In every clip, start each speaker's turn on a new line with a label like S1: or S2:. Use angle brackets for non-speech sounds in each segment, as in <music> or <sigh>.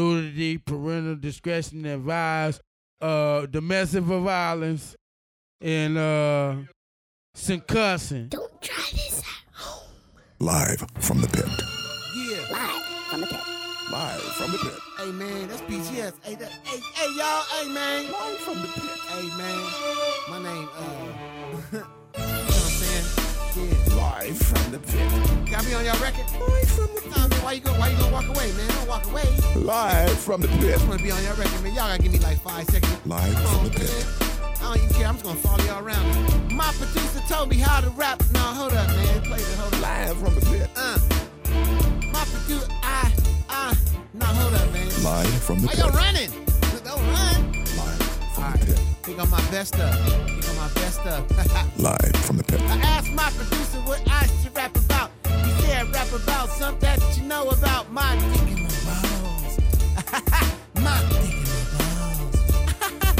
S1: obscenity, parental discretion advised, uh, domestic violence, and uh, some cussing.
S2: Don't try this at home.
S3: Live from the pit.
S4: Yeah.
S2: Live from the pit.
S3: Live from the pit.
S4: Hey man, that's BGS. Hey, that, hey, hey, y'all. Hey man.
S3: Live from the pit.
S4: Hey man. My name. Uh, <laughs> you know what I'm saying? Yeah.
S3: Live from the pit.
S4: Got me on y'all record. Boy, from the time. Why you go? Why you gonna walk away, man? Don't walk away. I
S3: Live from the pit.
S4: just wanna be on y'all record, man. Y'all gotta give me like five seconds.
S3: Live
S4: Come
S3: from
S4: on,
S3: the pit.
S4: man. I don't even care. I'm just gonna follow y'all around. My producer told me how to rap. Nah, hold up, man. Play the whole line.
S3: Live from the pit.
S4: Uh. My producer. I. I. Nah, hold up, man.
S3: Live from the
S4: Why
S3: pit.
S4: y'all running? Don't run.
S3: Live from the
S4: Alright,
S3: pit.
S4: Pick on my best up. Pick on my best up.
S3: Live from the pit.
S4: <laughs> I asked my producer what I should rap about. He said rap about something that you know about my dick and my balls. <laughs> my dick and my balls.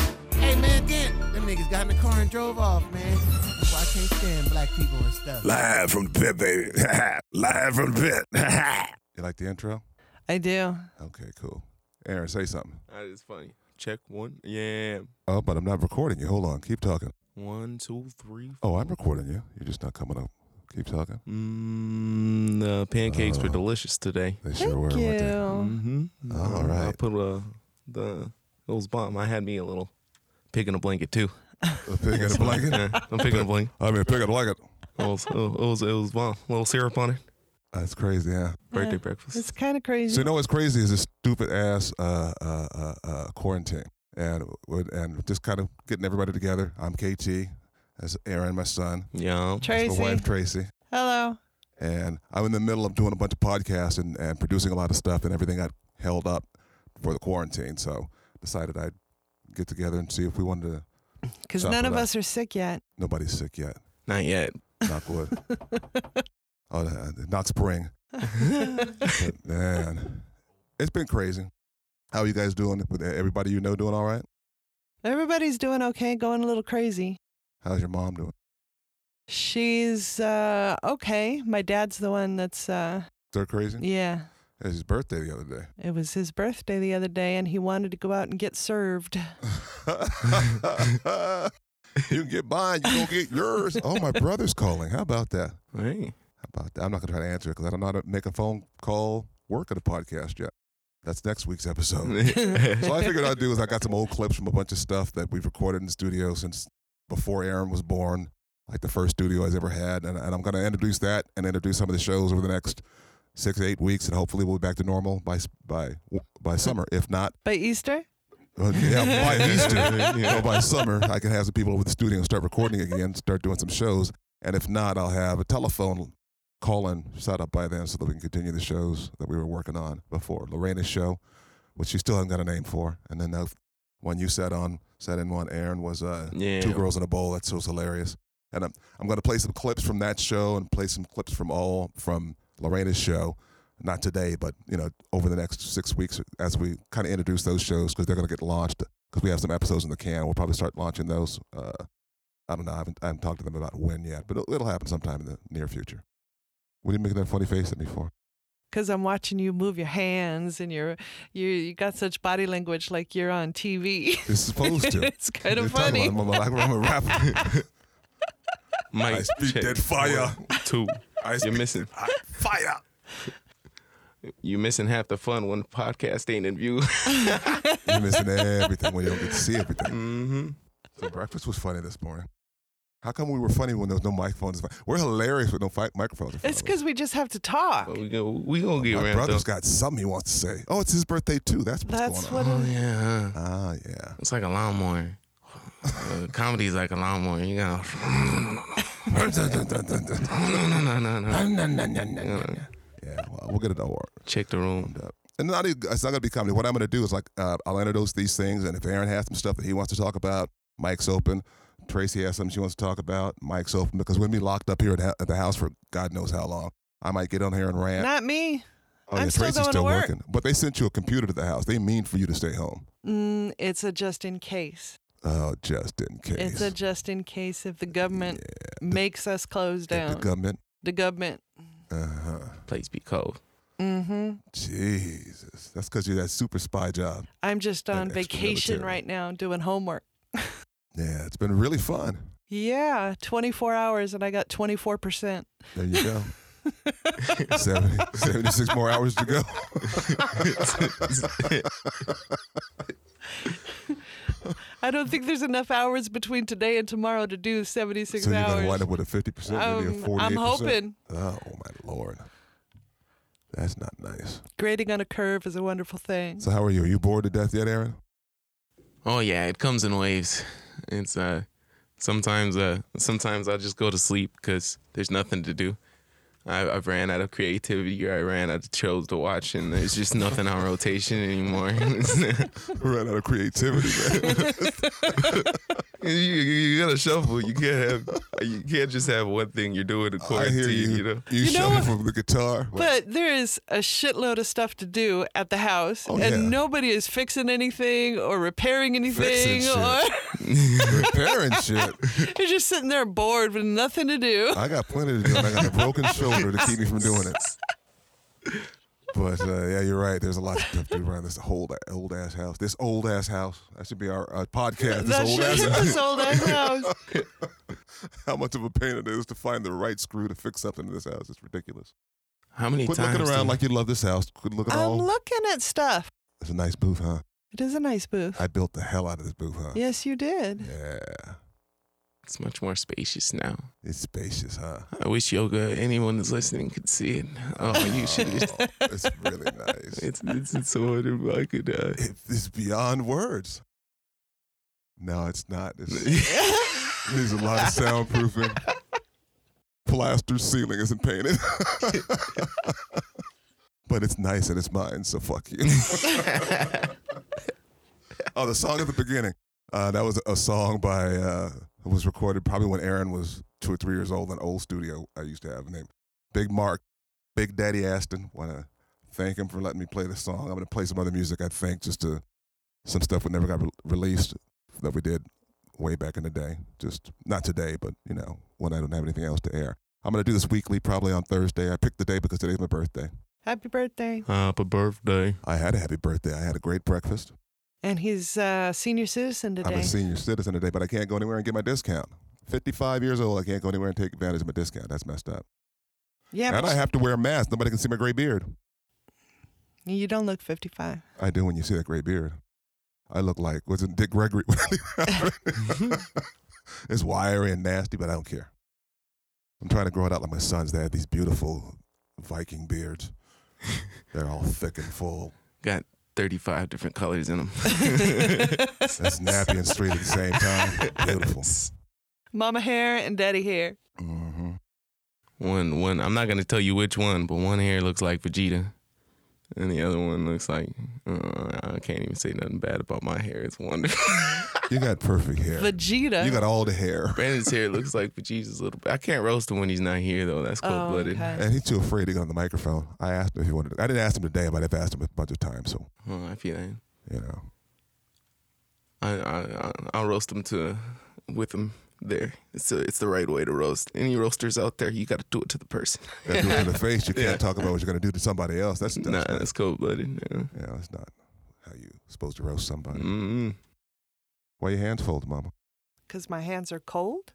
S4: <laughs> hey man, then them niggas got in the car and drove off, man. That's why I can't stand black people and stuff.
S3: Live from the pit, baby. <laughs> Live from the pit. <laughs>
S5: You like the intro?
S6: I do.
S5: Okay, cool. Aaron, say something.
S7: That is funny. Check one. Yeah.
S5: Oh, but I'm not recording you. Hold on. Keep talking.
S7: One, two, three.
S5: Oh, I'm recording you. You're just not coming up. Keep talking.
S7: Mmm, the pancakes
S5: Oh.
S7: were delicious today.
S5: They sure were.
S6: Thank
S5: weren't they?
S6: you.
S7: Mm-hmm.
S5: All
S7: I
S5: right.
S7: put a the those bomb. I had me a little pig in a blanket too.
S5: A pig in a
S6: <laughs>
S5: blanket.
S7: Yeah, I'm picking a blanket.
S5: I mean, a pig in a blanket.
S7: It was it was it was bomb. little syrup on it.
S5: That's crazy, yeah.
S7: Birthday
S6: It's
S7: breakfast.
S6: kind of
S5: So
S6: crazy.
S5: you know what's crazy is this stupid ass uh, uh, uh, uh, quarantine, and and just kind of getting everybody together. I'm KT, as Aaron, my son,
S7: Yeah.
S5: my
S6: Tracy.
S5: wife Tracy,
S6: Hello.
S5: and I'm in the middle of doing a bunch of podcasts and, and producing a lot of stuff, and everything got held up for the quarantine. So decided I'd get together and see if we wanted to.
S6: Because
S5: Chop
S6: none
S5: it
S6: of
S5: up.
S6: us are sick
S5: <laughs>
S6: yet. <laughs>
S5: Nobody's sick yet.
S7: Not yet.
S5: Knock wood. oh, uh, not spring. But, man, it's been crazy. How you guys doing? With everybody you know doing all right?
S6: Everybody's doing okay, going a little crazy.
S5: How's your mom doing?
S6: She's uh, okay. My dad's the one that's, uh,
S5: They're crazy.
S6: yeah.
S5: It was his birthday the other day. <laughs>
S6: It was his birthday the other day, and he wanted to go out and get served.
S5: you can get mine. You go get yours. Oh, my brother's calling. How about that?
S7: Hey.
S5: How about that? I'm not gonna try to answer it because I don't know how to make a phone call work at a podcast yet. That's next week's episode. <laughs> so I figured I'd do is I got some old clips from a bunch of stuff that we've recorded in the studio since before Aaron was born, like the first studio I've ever had, and, and I'm gonna introduce that and introduce some of the shows over the next six to eight weeks, and hopefully we'll be back to normal by s- by by summer. If not,
S6: By Easter?
S5: uh, yeah, by Easter, you know, by summer, I can have some people over at the studio and start recording again, start doing some shows. And if not, I'll have a telephone call in set up by then so that we can continue the shows that we were working on before. Lorena's show, which she still hasn't got a name for. And then that one you sat on, sat in one, Aaron, was uh,
S7: <laughs> yeah.
S5: Two Girls in a Bowl. That's so hilarious. And I'm, I'm going to play some clips from that show and play some clips from all from Lorena's show. Not today, but you know, over the next six weeks, as we kind of introduce those shows, because they're going to get launched. Because we have some episodes in the can, we'll probably start launching those. Uh, I don't know. I haven't, I haven't talked to them about when yet, but it'll, it'll happen sometime in the near future. What are you making that funny face at me for?
S6: Because I'm watching you move your hands, and you're you you got such body language like you're on TV.
S5: You're
S6: <laughs>
S5: supposed to.
S6: it's kind
S5: You're
S6: of
S5: talking
S6: funny.
S5: about- I'm, a- I'm a rapper. <laughs>
S7: Mike,
S5: I speak
S7: check
S5: that fire.
S7: one, Two.
S5: I
S7: You're
S5: speak
S7: missing.
S5: fire.
S7: You're missing half the fun when the podcast ain't in view.
S5: You're missing everything when you don't get to see everything.
S7: mm-hmm.
S5: So breakfast was funny this morning. How come we were funny when there was no microphones? We're hilarious with no fi- microphones. in front
S6: It's
S5: of us.
S6: because we just have to talk.
S7: But we go we gonna get
S5: my
S7: around
S5: brother's
S7: though.
S5: got something he wants to say. Oh, it's his birthday too. That's what's
S6: That's
S5: going
S6: what.
S5: on.
S7: Oh
S6: it-
S7: yeah.
S5: Ah, yeah.
S6: <laughs>
S7: It's like a lawnmower. Uh, comedy's like a lawnmower. You gotta. <laughs> No, no, no, no, no.
S5: yeah. Well, we'll get it over.
S7: Check the room.
S5: warmed up. And not even, it's not going to be comedy. What I'm going to do is like uh, I'll introduce these things, and if Aaron has some stuff that he wants to talk about, Mike's open. Tracy has something she wants to talk about. Mike's open because we'll be locked up here at, ha- at the house for God knows how long. I might get on here and rant.
S6: Not me.
S5: oh,
S6: I'm
S5: yeah,
S6: still
S5: Tracy's
S6: going to
S5: still
S6: work.
S5: working, but they sent you a computer to the house. They mean for you to stay home.
S6: Mm, it's a just in case.
S5: Oh, just in case.
S6: It's a just in case if the government makes us close
S5: Uh, If
S6: down.
S5: The government.
S6: the government. mm-hmm.
S5: Uh huh.
S7: Place be cold.
S5: Jesus, that's because you're that super spy job.
S6: I'm just on
S5: extra
S6: vacation
S5: military.
S6: right now doing homework.
S5: Yeah, it's been really fun.
S6: Yeah, 24 hours and I got 24%.
S5: There you
S6: <laughs>
S5: go. 70, 76 more hours
S6: <laughs>
S5: to go.
S6: I don't think there's enough hours between today and tomorrow to do 76
S5: so you're gonna
S6: hours.
S5: wind up with a fifty percent, maybe a
S6: Um,
S5: forty-eight
S6: I'm
S5: percent.
S6: hoping.
S5: Oh my lord, that's not nice.
S6: Grading on a curve is a wonderful thing.
S5: So how are you? Are you bored to death yet, Aaron?
S7: Oh yeah, it comes in waves. It's uh sometimes uh sometimes I just go to sleep because there's nothing to do. I, I've ran out of creativity or I ran out of shows to watch and there's just nothing on rotation anymore. <laughs>
S5: Run out of creativity. Man.
S7: you, you- you gotta shuffle. You can't have you can't just have one thing you're doing in
S5: I
S7: quarantine.
S5: hear you.
S7: you know.
S5: You,
S6: You know
S5: shuffle
S6: what?
S5: from the guitar.
S6: But there is a shitload of stuff to do at the house,
S5: Oh,
S6: and
S5: yeah.
S6: nobody is fixing anything or repairing anything,
S5: shit.
S6: or
S5: repairing shit.
S6: you're just sitting there bored with nothing to do.
S5: I got plenty to do, and I got a broken shoulder to keep me from doing it. But uh, yeah, you're right. There's a lot of stuff to do around this old old ass house. This old ass house. That should be our uh, podcast. This
S6: That
S5: old
S6: shit
S5: ass
S6: hit
S5: house.
S6: this old
S5: <laughs>
S6: ass house.
S5: How much of a pain it is to find the right screw to fix something in this house. It's ridiculous.
S7: How many
S5: Quit
S7: times?
S5: looking around
S7: do-
S5: like you love this house. Quit looking
S6: I'm
S5: all.
S6: looking at stuff.
S5: it's a nice booth, huh?
S6: It is a nice booth.
S5: I built the hell out of this booth, huh?
S6: Yes, you did.
S5: Yeah.
S7: it's much more spacious now.
S5: It's spacious, huh?
S7: I wish yoga anyone that's listening could see it. Oh, you should. Just,
S5: Oh, it's really nice.
S7: it's, it's it's so wonderful. I could. Uh,
S5: It- it's beyond words. No, it's not. It's, it needs a lot of soundproofing. Plaster ceiling isn't painted. <laughs> but it's nice and it's mine, so fuck you. oh, the song at the beginning. Uh, that was a song by, uh, it was recorded probably when Aaron was two or three years old, an old studio I used to have named Big Mark, Big Daddy Aston. Want to thank him for letting me play this song. I'm going to play some other music, I think, just to some stuff that never got re- released that we did way back in the day. Just not today, but you know, when I don't have anything else to air. I'm going to do this weekly, probably on Thursday. I picked the day because today's my birthday.
S6: Happy birthday.
S7: Uh, Happy birthday.
S5: I had a happy birthday. I had a great breakfast.
S6: And he's a senior citizen today.
S5: I'm a senior citizen today, but I can't go anywhere and get my discount. 55 years old, I can't go anywhere and take advantage of my discount. That's messed up.
S6: yeah,
S5: and
S6: but
S5: I have to wear a mask. Nobody can see my gray beard.
S6: you don't look 55.
S5: I do when you see that gray beard. I look like was it Dick Gregory? <laughs> it's wiry and nasty, but I don't care. I'm trying to grow it out like my sons. They have these beautiful Viking beards. They're all thick and full.
S7: Got 35 different colors in them.
S5: That's nappy and straight at the same time. <laughs> Beautiful.
S6: Mama hair and daddy hair.
S5: hmm
S7: <laughs> One, one. I'm not gonna tell you which one, but one hair looks like Vegeta, and the other one looks like uh, I can't even say nothing bad about my hair. It's wonderful.
S5: You got perfect hair.
S6: Vegeta.
S5: You got all the hair,
S7: Brandon's hair looks like Vegeta's little. I can't roast him when he's not here though. That's
S6: Oh,
S7: cold blooded.
S6: okay.
S5: and he's too afraid to get on the microphone. I asked him if he wanted. To, I didn't ask him today, but I've asked him a bunch of times. So
S7: Oh, I feel that.
S5: you know,
S7: I, I, I I'll roast him to with him there. It's a, it's the right way to roast. Any roasters out there, you got to do it to the person.
S5: gotta do it to the face. You can't talk about what you're gonna do to somebody else. That's, that's
S7: <laughs> nah,
S5: not-
S7: that's cold blooded. Yeah.
S5: Yeah, that's not how you supposed to roast somebody.
S7: Mm-mm.
S5: Why your hands folded, Mama?
S6: Because my hands are cold.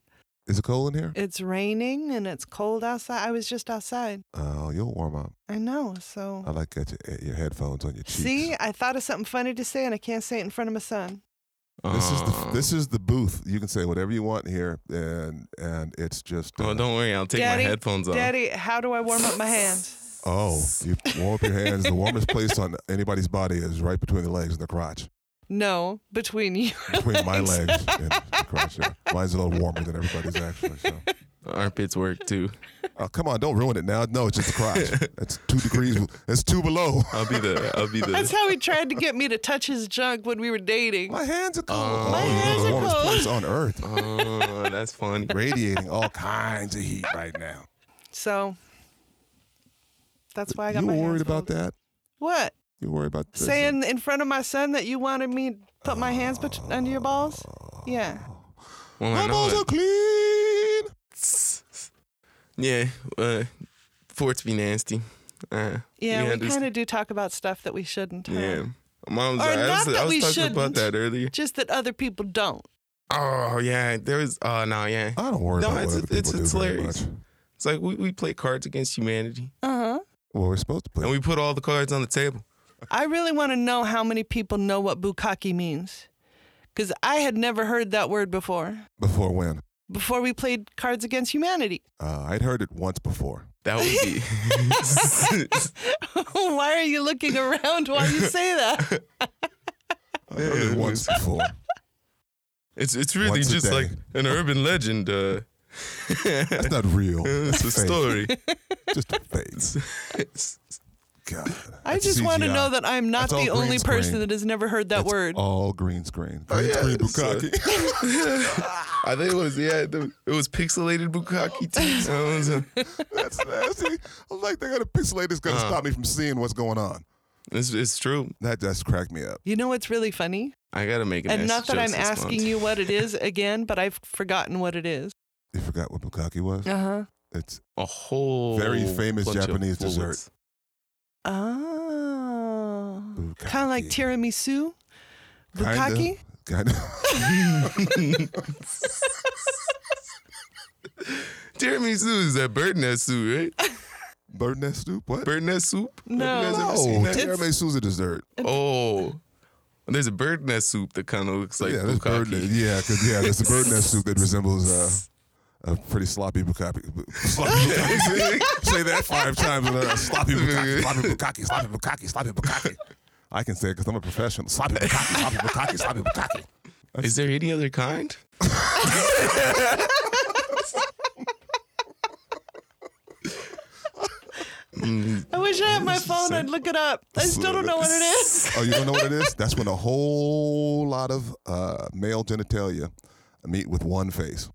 S5: Is it cold in here?
S6: It's raining and it's cold outside. I was just outside.
S5: Oh, you'll warm up.
S6: I know. So,
S5: I like got your, your headphones on your cheeks.
S6: see, I thought of something funny to say and I can't say it in front of my son.
S5: This is the
S7: Oh.
S5: this is the booth. You can say whatever you want here, and and it's just.
S7: Oh,
S5: uh,
S7: don't worry. I'll take
S6: Daddy,
S7: my headphones off.
S6: Daddy, how do I warm up my hands?
S5: Oh, you warm up your hands. The warmest place on anybody's body is right between the legs and the crotch.
S6: No, between you. <laughs>
S5: Between my legs and the crotch. Yeah. Mine's a little warmer than everybody's actually. So.
S7: Armpits work too.
S5: Oh, come on, don't ruin it now. No, it's just the
S7: <laughs>
S5: crotch. That's two degrees. That's two below.
S7: I'll be the. I'll
S6: <laughs>
S7: be
S6: That's
S7: the.
S6: how he tried to get me to touch his junk when we were dating.
S5: My hands are cold.
S7: Oh. My
S5: you're
S6: hands
S5: the
S6: are
S5: warmest
S6: cold.
S5: place on earth.
S7: <laughs> oh,
S6: <laughs>
S7: that's funny.
S5: radiating all kinds of heat right now.
S6: So, that's why I got
S5: You
S6: my
S5: were worried
S6: hands
S5: about
S6: cold.
S5: that?
S6: What?
S5: You worried about this?
S6: saying in front of my son that you wanted me to put my hands bet- under your balls? Yeah.
S5: Oh.
S7: Well, I
S5: My
S7: know
S5: balls are
S7: it.
S5: clean.
S7: Yeah. Uh, for it to be nasty, Uh,
S6: Yeah,
S7: we
S6: we
S7: had this-
S6: kind of do talk about stuff that we shouldn't. huh?
S7: yeah. Mom's,
S6: Or
S7: I was,
S6: not that
S7: I was
S6: we
S7: talking about
S6: shouldn't.
S7: that earlier.
S6: Just that other people don't.
S7: Oh yeah, there was. Oh no, yeah.
S5: I don't worry
S7: No,
S5: about
S7: it's-
S5: what other
S7: it's-
S5: people
S7: it's
S5: do very
S7: hilarious.
S5: much.
S7: It's like we, we play Cards Against Humanity,
S6: Uh huh.
S5: Well, we're supposed to play.
S7: and we put all the cards on the table.
S6: I really want to know how many people know what bukkake means, because I had never heard that word before.
S5: before when?
S6: Before we played Cards Against Humanity,
S5: Uh, I'd heard it once before.
S7: That
S6: <laughs>
S7: would be.
S6: why are you looking around while you say
S5: <laughs>
S6: that?
S5: I heard it once before.
S7: It's it's really
S5: Once a
S7: just
S5: day.
S7: like an urban legend. Uh,
S5: That's not real.
S7: it's a
S5: Fake.
S7: story.
S5: Just fake.
S7: It's-
S5: God.
S6: I
S5: That's
S6: just want to
S5: CGI.
S6: know that I'm not
S5: That's all
S6: the only
S5: green
S6: person
S5: screen.
S6: that has never heard that
S5: That's
S6: word.
S5: All green screen. Green
S7: yeah,
S5: screen
S7: it's, uh,
S5: bukkake.
S7: <laughs> I think it was yeah. The, it was pixelated bukkake
S6: <laughs>
S7: too. That was, uh,
S5: <laughs> That's nasty. I'm like, they got a pixelate that's gonna
S7: Uh-huh.
S5: stop me from seeing what's going on.
S7: it's, it's true.
S5: That just cracked me up.
S6: You know what's really funny?
S7: I gotta make an
S6: and not
S7: ass
S6: that
S7: joke
S6: I'm
S7: this month.
S6: asking you what it is
S5: <laughs>
S6: again, but I've forgotten what it is.
S5: You forgot what bukkake was?
S6: Uh huh.
S5: It's
S7: a whole
S5: Very famous
S7: bunch of
S5: Japanese
S7: forwards.
S5: dessert.
S6: Oh.
S5: bukkake.
S6: Kind of like tiramisu. Bukkake?
S5: Kind of.
S7: Tiramisu is that bird nest soup, right?
S5: <laughs> Bird nest soup? What? Oh,
S7: Bird nest soup.
S6: No.
S7: Have you guys ever
S5: no,
S7: seen that?
S5: tiramisu is a dessert.
S7: Oh, there's a bird nest soup that kind of looks like
S5: yeah, there's bird nest.
S7: bukkake.
S5: Yeah, 'cause- yeah, there's a bird nest soup that resembles uh, a pretty sloppy bukkake. <laughs> bu- Sloppy bukkake.
S7: <laughs>
S5: say that five times. in a row. sloppy bukkake. Sloppy bukkake. Sloppy bukkake. Sloppy bukkake. I can say it because I'm a professional. Sloppy bukkake. Sloppy bukkake. Sloppy bukkake.
S7: Is there any
S5: <laughs>
S7: other kind? Mm,
S6: I wish I had my phone. I'd look it up. I still don't know what it
S5: <laughs>
S6: is.
S5: Oh, you don't know what it is? That's when a whole lot of uh, male genitalia meet with one face.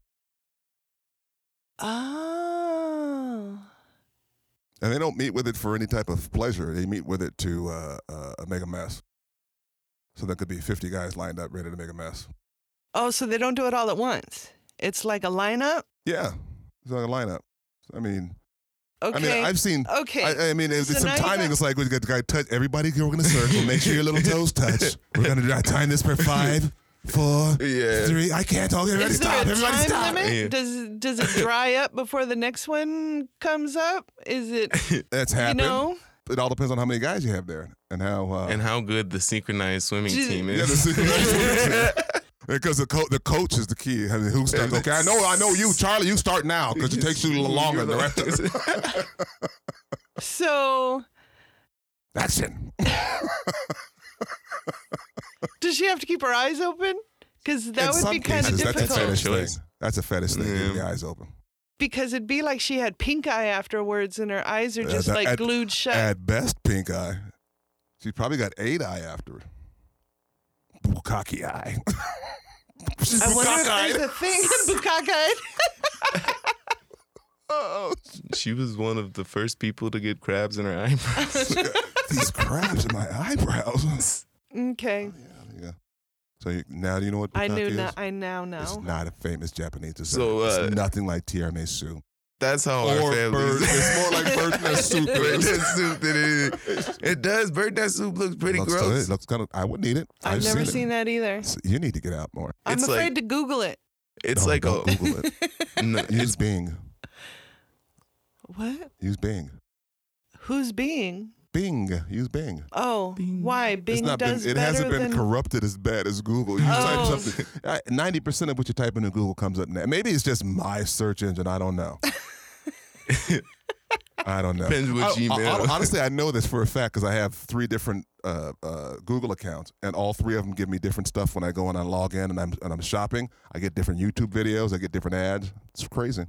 S6: Oh.
S5: And they don't meet with it for any type of pleasure. They meet with it to uh, uh, make a mess. So there could be 50 guys lined up ready to make a mess.
S6: Oh, so they don't do it all at once. It's like a lineup?
S5: Yeah, it's like a lineup. I mean,
S6: Okay.
S5: I mean, I've seen.
S6: okay.
S5: I, I mean, it's
S6: So
S5: some
S6: now you
S5: timing.
S6: got-
S5: It's like we got the guy touch everybody. We're gonna circle. Make sure your little
S6: <laughs>
S5: toes touch. We're gonna try time this for five, four,
S7: Yeah.
S5: three. I can't talk. Everybody
S6: is there
S5: stop.
S6: a
S5: Everybody
S6: time
S5: stop.
S6: limit?
S7: Yeah.
S6: Does does it dry up before the next one comes up? Is
S5: <laughs>
S6: it
S5: That's
S6: you
S5: happened.
S6: know?
S5: It all depends on how many guys you have there and how. Uh,
S7: And how good the synchronized swimming
S6: Did-
S7: team
S5: yeah, the <laughs>
S7: is.
S5: situation. Because the, co- the coach is the key. I mean, who starts? Okay, I know, I know you, Charlie. You start now because it takes <laughs>
S7: <laughs>
S5: you longer. than The rest <laughs> of
S6: So
S5: action.
S6: Does she have to keep her eyes open? Because
S5: In
S6: that would
S5: some
S6: be kind of
S5: cases, That's a
S6: difficult.
S5: fetish thing.
S7: Choice.
S5: That's a fetish thing. Keep
S7: Yeah.
S5: the eyes open.
S6: Because it'd be like she had pink eye afterwards, and her eyes are
S5: Uh,
S6: just
S5: the-
S6: like
S5: at-
S6: glued shut.
S5: At best, pink eye. She probably got eight eye after it. Bukkake eye. <laughs> She's
S6: I wonder if
S5: bukkake-eyed.
S6: there's a thing
S5: <laughs>
S6: bukkake.
S5: Oh,
S7: <laughs> she was one of the first people to get crabs in
S5: <laughs>
S7: her eyebrows.
S5: These crabs in my eyebrows.
S6: Okay,
S5: yeah. So you, now do you know what
S6: I
S5: bukkake
S6: knew.
S5: Uh, is?
S6: Now, I now know.
S5: It's not a famous Japanese dessert.
S7: So, uh,
S5: it's nothing like tiramisu.
S7: That's how our
S5: bird.
S7: family.
S5: It's more
S7: <laughs>
S5: like bird nest soup.
S7: Bird
S5: It
S7: nest soup than it is. It does. Bird nest soup looks pretty
S5: looks good.
S7: gross.
S5: It looks kind of. I wouldn't eat it.
S6: I've,
S5: I've
S6: never
S5: seen,
S6: seen that either.
S5: it. So You need to get out more.
S6: I'm
S7: It's like-
S6: afraid to Google it.
S7: It's
S5: Don't-
S7: like
S5: don't
S7: a
S5: Google
S7: <laughs>
S5: it.
S7: no,
S5: Use
S7: it's,
S5: Bing.
S6: What?
S5: Use Bing.
S6: Who's Bing?
S5: Bing. Use Bing.
S6: Oh, why
S5: It's
S6: Bing
S5: not been,
S6: does
S5: it
S6: better
S5: hasn't been
S6: than
S5: corrupted as bad as Google. You
S6: Oh.
S5: type something. <laughs> Ninety percent of what you type into Google comes up now. Maybe it's just my search engine. I don't
S6: <laughs>
S5: know. I don't know.
S7: Depends what
S5: Oh, I- I-
S7: Gmail.
S5: I- honestly, I know this for a fact because I have three different uh, uh, Google accounts, and all three of them give me different stuff when I go and I log in and I'm and I'm shopping. I get different YouTube videos. I get different ads. It's crazy.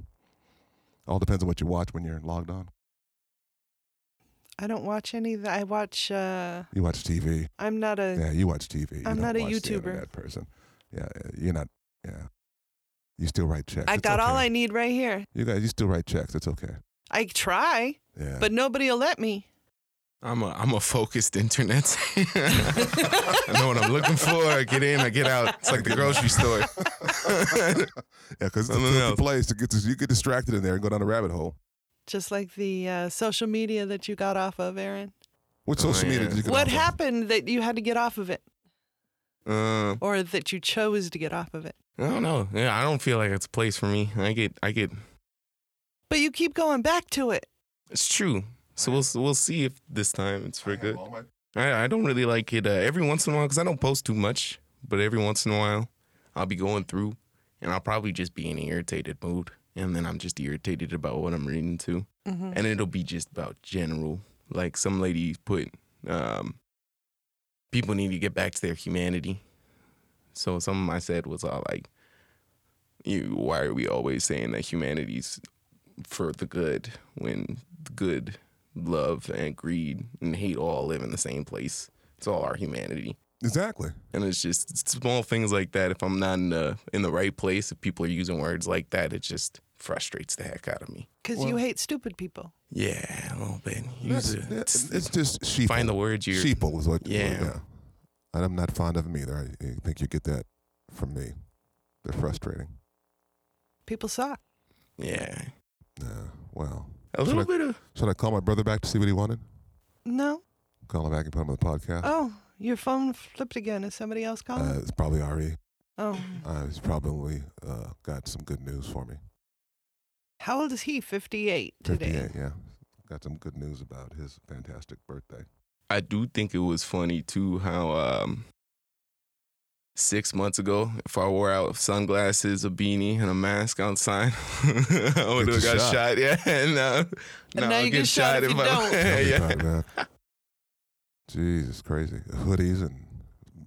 S5: All depends on what you watch when you're logged on.
S6: I don't watch any. Of that. I watch. uh
S5: You watch TV.
S6: I'm not a.
S5: Yeah, you watch TV. You
S6: I'm
S5: don't
S6: not a
S5: watch the
S6: YouTuber.
S5: internet person. Yeah, uh, you're not. Yeah, you still write checks.
S6: I
S5: It's
S6: got all
S5: okay.
S6: I need right here.
S5: You guys, you still write checks. It's okay.
S6: I try,
S5: Yeah. <laughs>
S6: but nobody'll let me.
S7: I'm a I'm a focused internet. <laughs> I know what I'm looking for. I get in, I get out. It's like the grocery store. <laughs>
S5: yeah, because it's a
S7: Something
S5: filthy
S7: else.
S5: place to get dis- you get distracted in there and go down a rabbit hole.
S6: Just like the uh, social media that you got off of, Aaron.
S5: What
S7: Oh,
S5: social media
S7: yeah.
S5: did you get
S6: What
S5: off of?
S6: happened that you had to get off of it,
S7: Um,
S6: or that you chose to get off of it?
S7: I don't know. Yeah, I don't feel like it's a place for me. I get, I get.
S6: But you keep going back to it.
S7: It's true. So we'll we'll see if this time it's for good. I I don't really like it uh, every once in a while because I don't post too much. But every once in a while, I'll be going through, and I'll probably just be in an irritated mood, and then I'm just irritated about what I'm reading to, and it'll be just about general. Like some lady put, um, people need to get back to their humanity. So some I said was all like, "You, why are we always saying that humanity's for the good when the good love and greed and hate all live in the same place. It's all our humanity.
S5: Exactly.
S7: And it's just small things like that. If I'm not in the, in the right place, if people are using words like that, it just frustrates the heck out of me.
S6: Because you hate stupid people.
S7: Yeah, a little bit.
S5: That's-
S7: Use it.
S5: It's, it's just sheeple.
S7: find the words you
S5: sheeple is what.
S7: Yeah.
S5: And I'm not fond of them either. I, I think you get that from me. They're frustrating.
S6: People suck.
S7: Yeah.
S5: Yeah. Well,
S7: A
S5: should
S7: little
S5: I,
S7: bit of.
S5: should I call my brother back to see what he wanted?
S6: No.
S5: Call him back and put him on the podcast.
S6: Oh, your phone flipped again. Is somebody else
S5: Uh,
S6: calling?
S5: it's probably Ari.
S6: oh,
S5: Uh, he's probably uh, got some good news for me.
S6: how old is he? Fifty-eight today.
S5: 58, yeah. Got some good news about his fantastic birthday.
S7: I do think it was funny too how um, six months ago, if I wore out sunglasses, a beanie, and a mask outside, <laughs> I would have
S5: Get you
S7: got
S5: shot.
S7: shot. <laughs> Yeah, and uh,
S6: And
S7: now,
S6: now
S7: I'll
S6: you
S7: get
S6: get shot if you
S7: I-
S6: don't.
S5: Tell me
S7: <laughs> <laughs> yeah.
S5: about that. Jesus, crazy. Hoodies and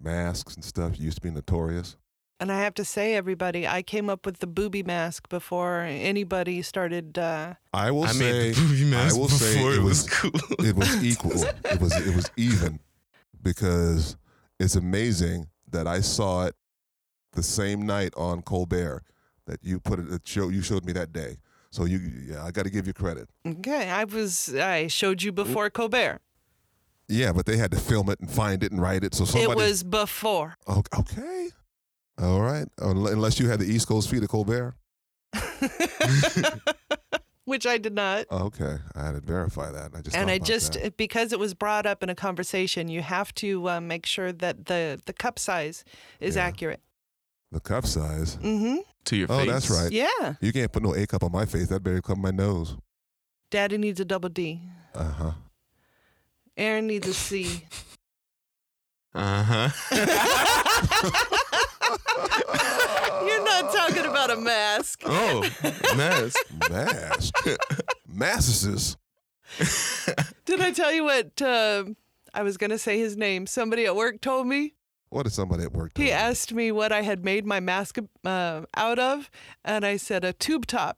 S5: masks and stuff used to be notorious.
S6: And I have to say, everybody, I came up with the booby mask before anybody started. Uh,
S5: I will
S7: I
S5: say
S7: made <laughs> the movie mask
S5: I will
S7: before
S5: say
S7: it,
S5: it
S7: was,
S5: was-
S7: cool. <laughs>
S5: it was equal. it was it was even because it's amazing that I saw it the same night on Colbert that you put it that show you showed me that day. So you yeah, I got to give you credit.
S6: okay, I was. I showed you before Colbert.
S5: Yeah, but they had to film it and find it and write it. So somebody
S6: It was before.
S5: O- okay. All right. Unle- Unless you had the East Coast feed of Colbert.
S6: Which I did not.
S5: Okay, I had to verify that. I just
S6: and
S5: thought
S6: I
S5: about
S6: just
S5: that.
S6: because it was brought up in a conversation, you have to uh, make sure that the the cup size is
S5: Yeah.
S6: accurate.
S5: the cup size.
S6: Mm-hmm.
S7: to your
S5: Oh,
S7: face.
S5: that's right.
S6: Yeah,
S5: You can't put no A cup on my face. That better come my nose.
S6: Daddy needs a double D.
S5: Uh huh.
S6: Aaron needs a C.
S7: Uh huh.
S6: You're
S5: <laughs>
S6: not talking about a mask.
S7: <laughs> Oh, mask.
S6: <laughs>
S5: Mask. Masses.
S6: Did I tell you what? Uh, I was going to say his name. Somebody at work told me.
S5: What did somebody at work? tell
S6: He
S5: you?
S6: asked me what I had made my mask uh, out of, and I said a tube top.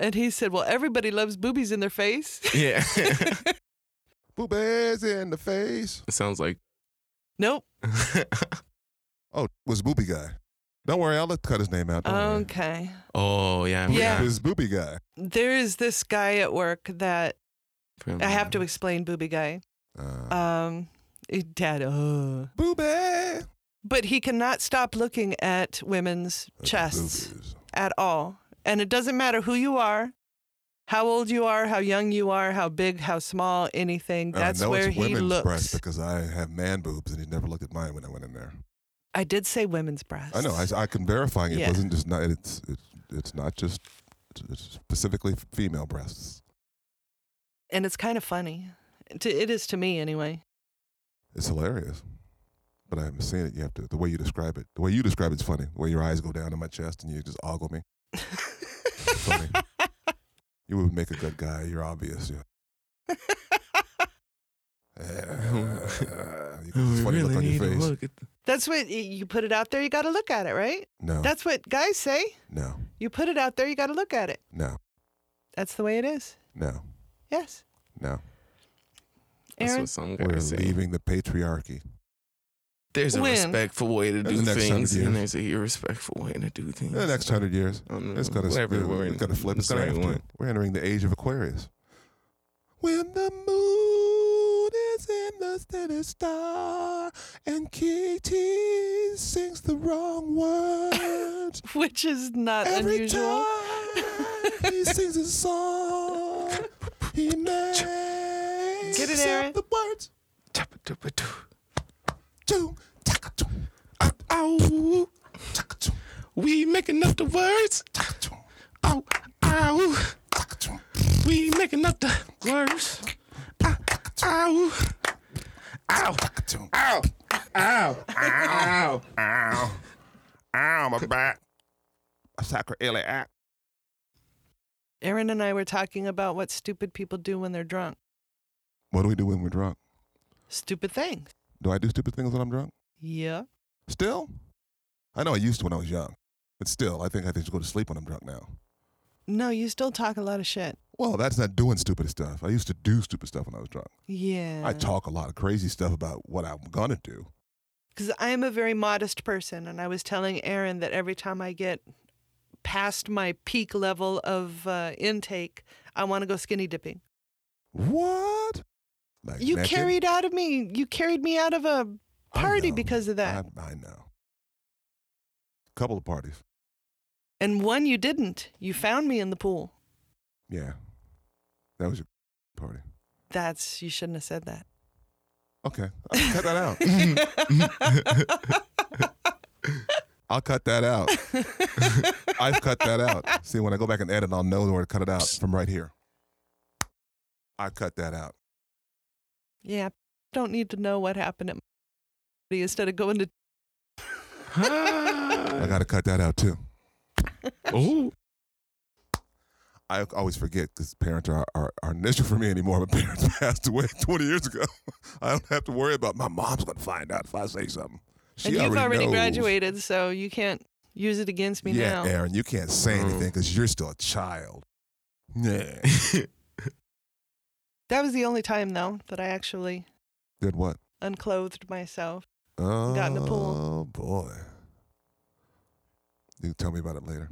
S6: And he said, Well, everybody loves boobies in their face. <laughs>
S7: Yeah.
S5: Boobies in the face.
S7: it sounds like. <laughs>
S6: nope.
S5: Oh, it was Booby Guy. Don't worry, I'll let cut his name out. Don't worry.
S6: Okay.
S7: oh yeah. I
S5: It
S6: Yeah.
S5: was Booby Guy.
S6: There is this guy at work that
S7: forgot.
S6: I have to explain, booby guy.
S5: Uh,
S6: Um, it- dad, oh.
S5: Booby.
S6: But he cannot stop looking at women's chests.
S5: Boobies.
S6: at all. And it doesn't matter who you are, how old you are, how young you are, how big, how small, anything.
S5: And I
S6: That's
S5: know
S6: where
S5: it's
S6: he
S5: women's breasts
S6: looks.
S5: because I have man boobs and he never looked at mine when I went in there.
S6: I did say women's breasts.
S5: I know. I, I can verify it
S6: Yeah.
S5: wasn't just not. It's it's it's not just it's specifically female breasts.
S6: and it's kind of funny. To, it is to me anyway.
S5: It's hilarious, but I haven't seen it. You have to the way you describe it. The way you describe it's funny. The way your eyes go down to my chest and you just ogle me.
S7: <laughs>
S5: funny. You would make a good guy. You're obvious. Yeah.
S7: <laughs>
S5: you got this
S7: Oh, We
S5: funny look
S7: really
S5: on
S7: need
S5: your
S7: to
S5: face.
S7: look at the-
S6: That's what y- you put it out there, you got to look at it, right?
S5: No,
S6: That's what guys say.
S5: no,
S6: You put it out there, you got to look at it.
S5: no,
S6: That's the way it is.
S5: no,
S6: Yes.
S5: no.
S7: That's
S6: Aaron,
S7: what some
S5: We're
S7: guys say.
S5: leaving the patriarchy.
S7: There's a
S6: When?
S7: respectful way to
S5: In
S7: do
S5: the next hundred
S7: things,
S5: years.
S7: and there's a irrespectful way to do things.
S5: In the next hundred years, It's gonna,
S7: Whatever, we're
S5: it's
S7: in-
S5: gonna flip. Mm, It's
S7: the
S5: gonna have
S7: same
S5: to.
S7: one.
S5: We're entering the age of Aquarius. When the moon is in the steady star, and Kitty sings the
S6: <laughs>
S5: wrong words
S6: which is not
S5: every
S6: unusual. <laughs>
S5: time he sings a song. He makes
S6: Get it,
S5: up
S6: Aaron.
S5: the words. Two, taka, two,
S7: Ow.
S5: taka, two,
S7: We making up the words.
S5: taka, two,
S7: Ow. Ow.
S5: taka, two.
S7: We making up the words. Ow. Ow. Ow.
S5: two.
S7: Ow. Ow. Ow.
S5: Ow. Ow, my back. A sacroiliac. act.
S6: Aaron and I were talking about what stupid people do when they're drunk.
S5: What do we do when we're drunk?
S6: Stupid things.
S5: Do I do stupid things when I'm drunk?
S6: Yeah.
S5: Still? I know I used to when I was young, but still, I think I just go to sleep when I'm drunk now.
S6: No, you still talk a lot of shit.
S5: Well, that's not doing stupid stuff. I used to do stupid stuff when I was drunk.
S6: Yeah.
S5: I talk a lot of crazy stuff about what I'm gonna do.
S6: because I am a very modest person, and I was telling Aaron that every time I get past my peak level of uh, intake, I want to go skinny dipping.
S5: What? Like
S6: You
S5: naked?
S6: carried out of me. You carried me out of a
S5: I
S6: party
S5: know.
S6: because of that,
S5: I, I know. Couple of parties.
S6: and one you didn't. You found me in the pool.
S5: Yeah. That was your party.
S6: That's you shouldn't have said that.
S5: Okay. I'll cut that out. <laughs> I'll cut
S6: <laughs>
S5: that out. I've cut that out. See, when I go back and edit, I'll know where to cut it out from right here. I cut that out.
S6: Yeah, don't need to know what happened at my party instead of going to.
S5: I got to cut that out too.
S7: Oh.
S5: I always forget because parents are, are, are an issue for me anymore. <laughs> My parents passed away 20 years ago. <laughs> I don't have to worry about my mom's going to find out if I say something.
S6: and
S5: She
S6: you've already
S5: knows.
S6: graduated, so you can't use it against me
S5: yeah, eh.
S6: now.
S5: Aaron, you can't say
S7: Mm.
S5: anything because you're still a child. Yeah.
S6: That was the only time though that I actually
S5: Did what?
S6: unclothed myself.
S5: Oh,
S6: Got in the pool.
S5: boy. You can tell me about it later.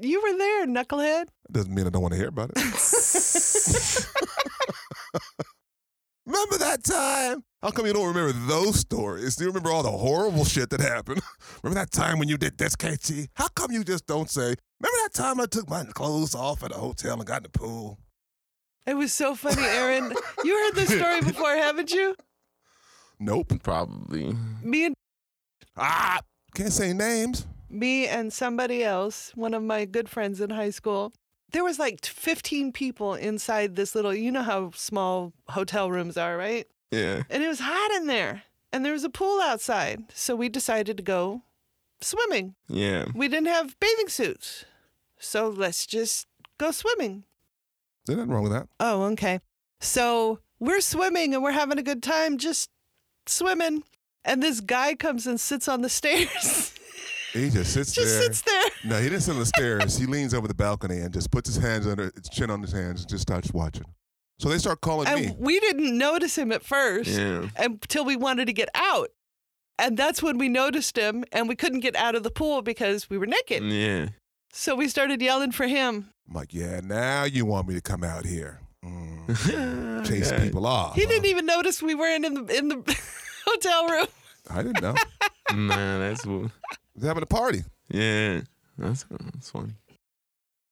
S6: You were there, knucklehead.
S5: Doesn't mean I don't want to hear
S6: <laughs>
S5: about it. remember that time? How come you don't remember those stories? Do you remember all the horrible shit that happened? <laughs> Remember that time when you did this, KT? How come you just don't say, remember that time I took my clothes off at a hotel and got in the pool?
S6: It was so funny, Aaron. you heard this story before, haven't you?
S5: Nope.
S7: Probably.
S6: Me and
S5: Ah, can't say names.
S6: me and somebody else, one of my good friends in high school. There was like 15 people inside this little, you know how small hotel rooms are, right?
S7: Yeah.
S6: And it was hot in there. And there was a pool outside. So we decided to go swimming.
S7: Yeah.
S6: We didn't have bathing suits. So let's just go swimming.
S5: There's nothing wrong with that.
S6: Oh, okay. So we're swimming and we're having a good time just swimming. And this guy comes and sits on the <laughs> stairs.
S5: He just sits
S6: just
S5: there.
S6: sits there.
S5: No, he didn't sit on the stairs. He leans over the balcony and just puts his hands under his chin on his hands and just starts watching. So they start calling
S6: And
S5: me.
S6: we didn't notice him at first
S7: Yeah.
S6: until we wanted to get out. And that's when we noticed him and we couldn't get out of the pool because we were naked.
S7: Yeah.
S6: So we started yelling for him.
S5: I'm like, yeah, now you want me to come out here. Mm.
S7: <laughs>
S5: Chase
S7: Okay.
S5: people off.
S6: He
S5: huh?
S7: e-
S6: didn't even notice we weren't in the in the <laughs> hotel room.
S5: I didn't know.
S7: Nah, that's cool.
S5: They're having a party.
S7: Yeah. That's, that's funny.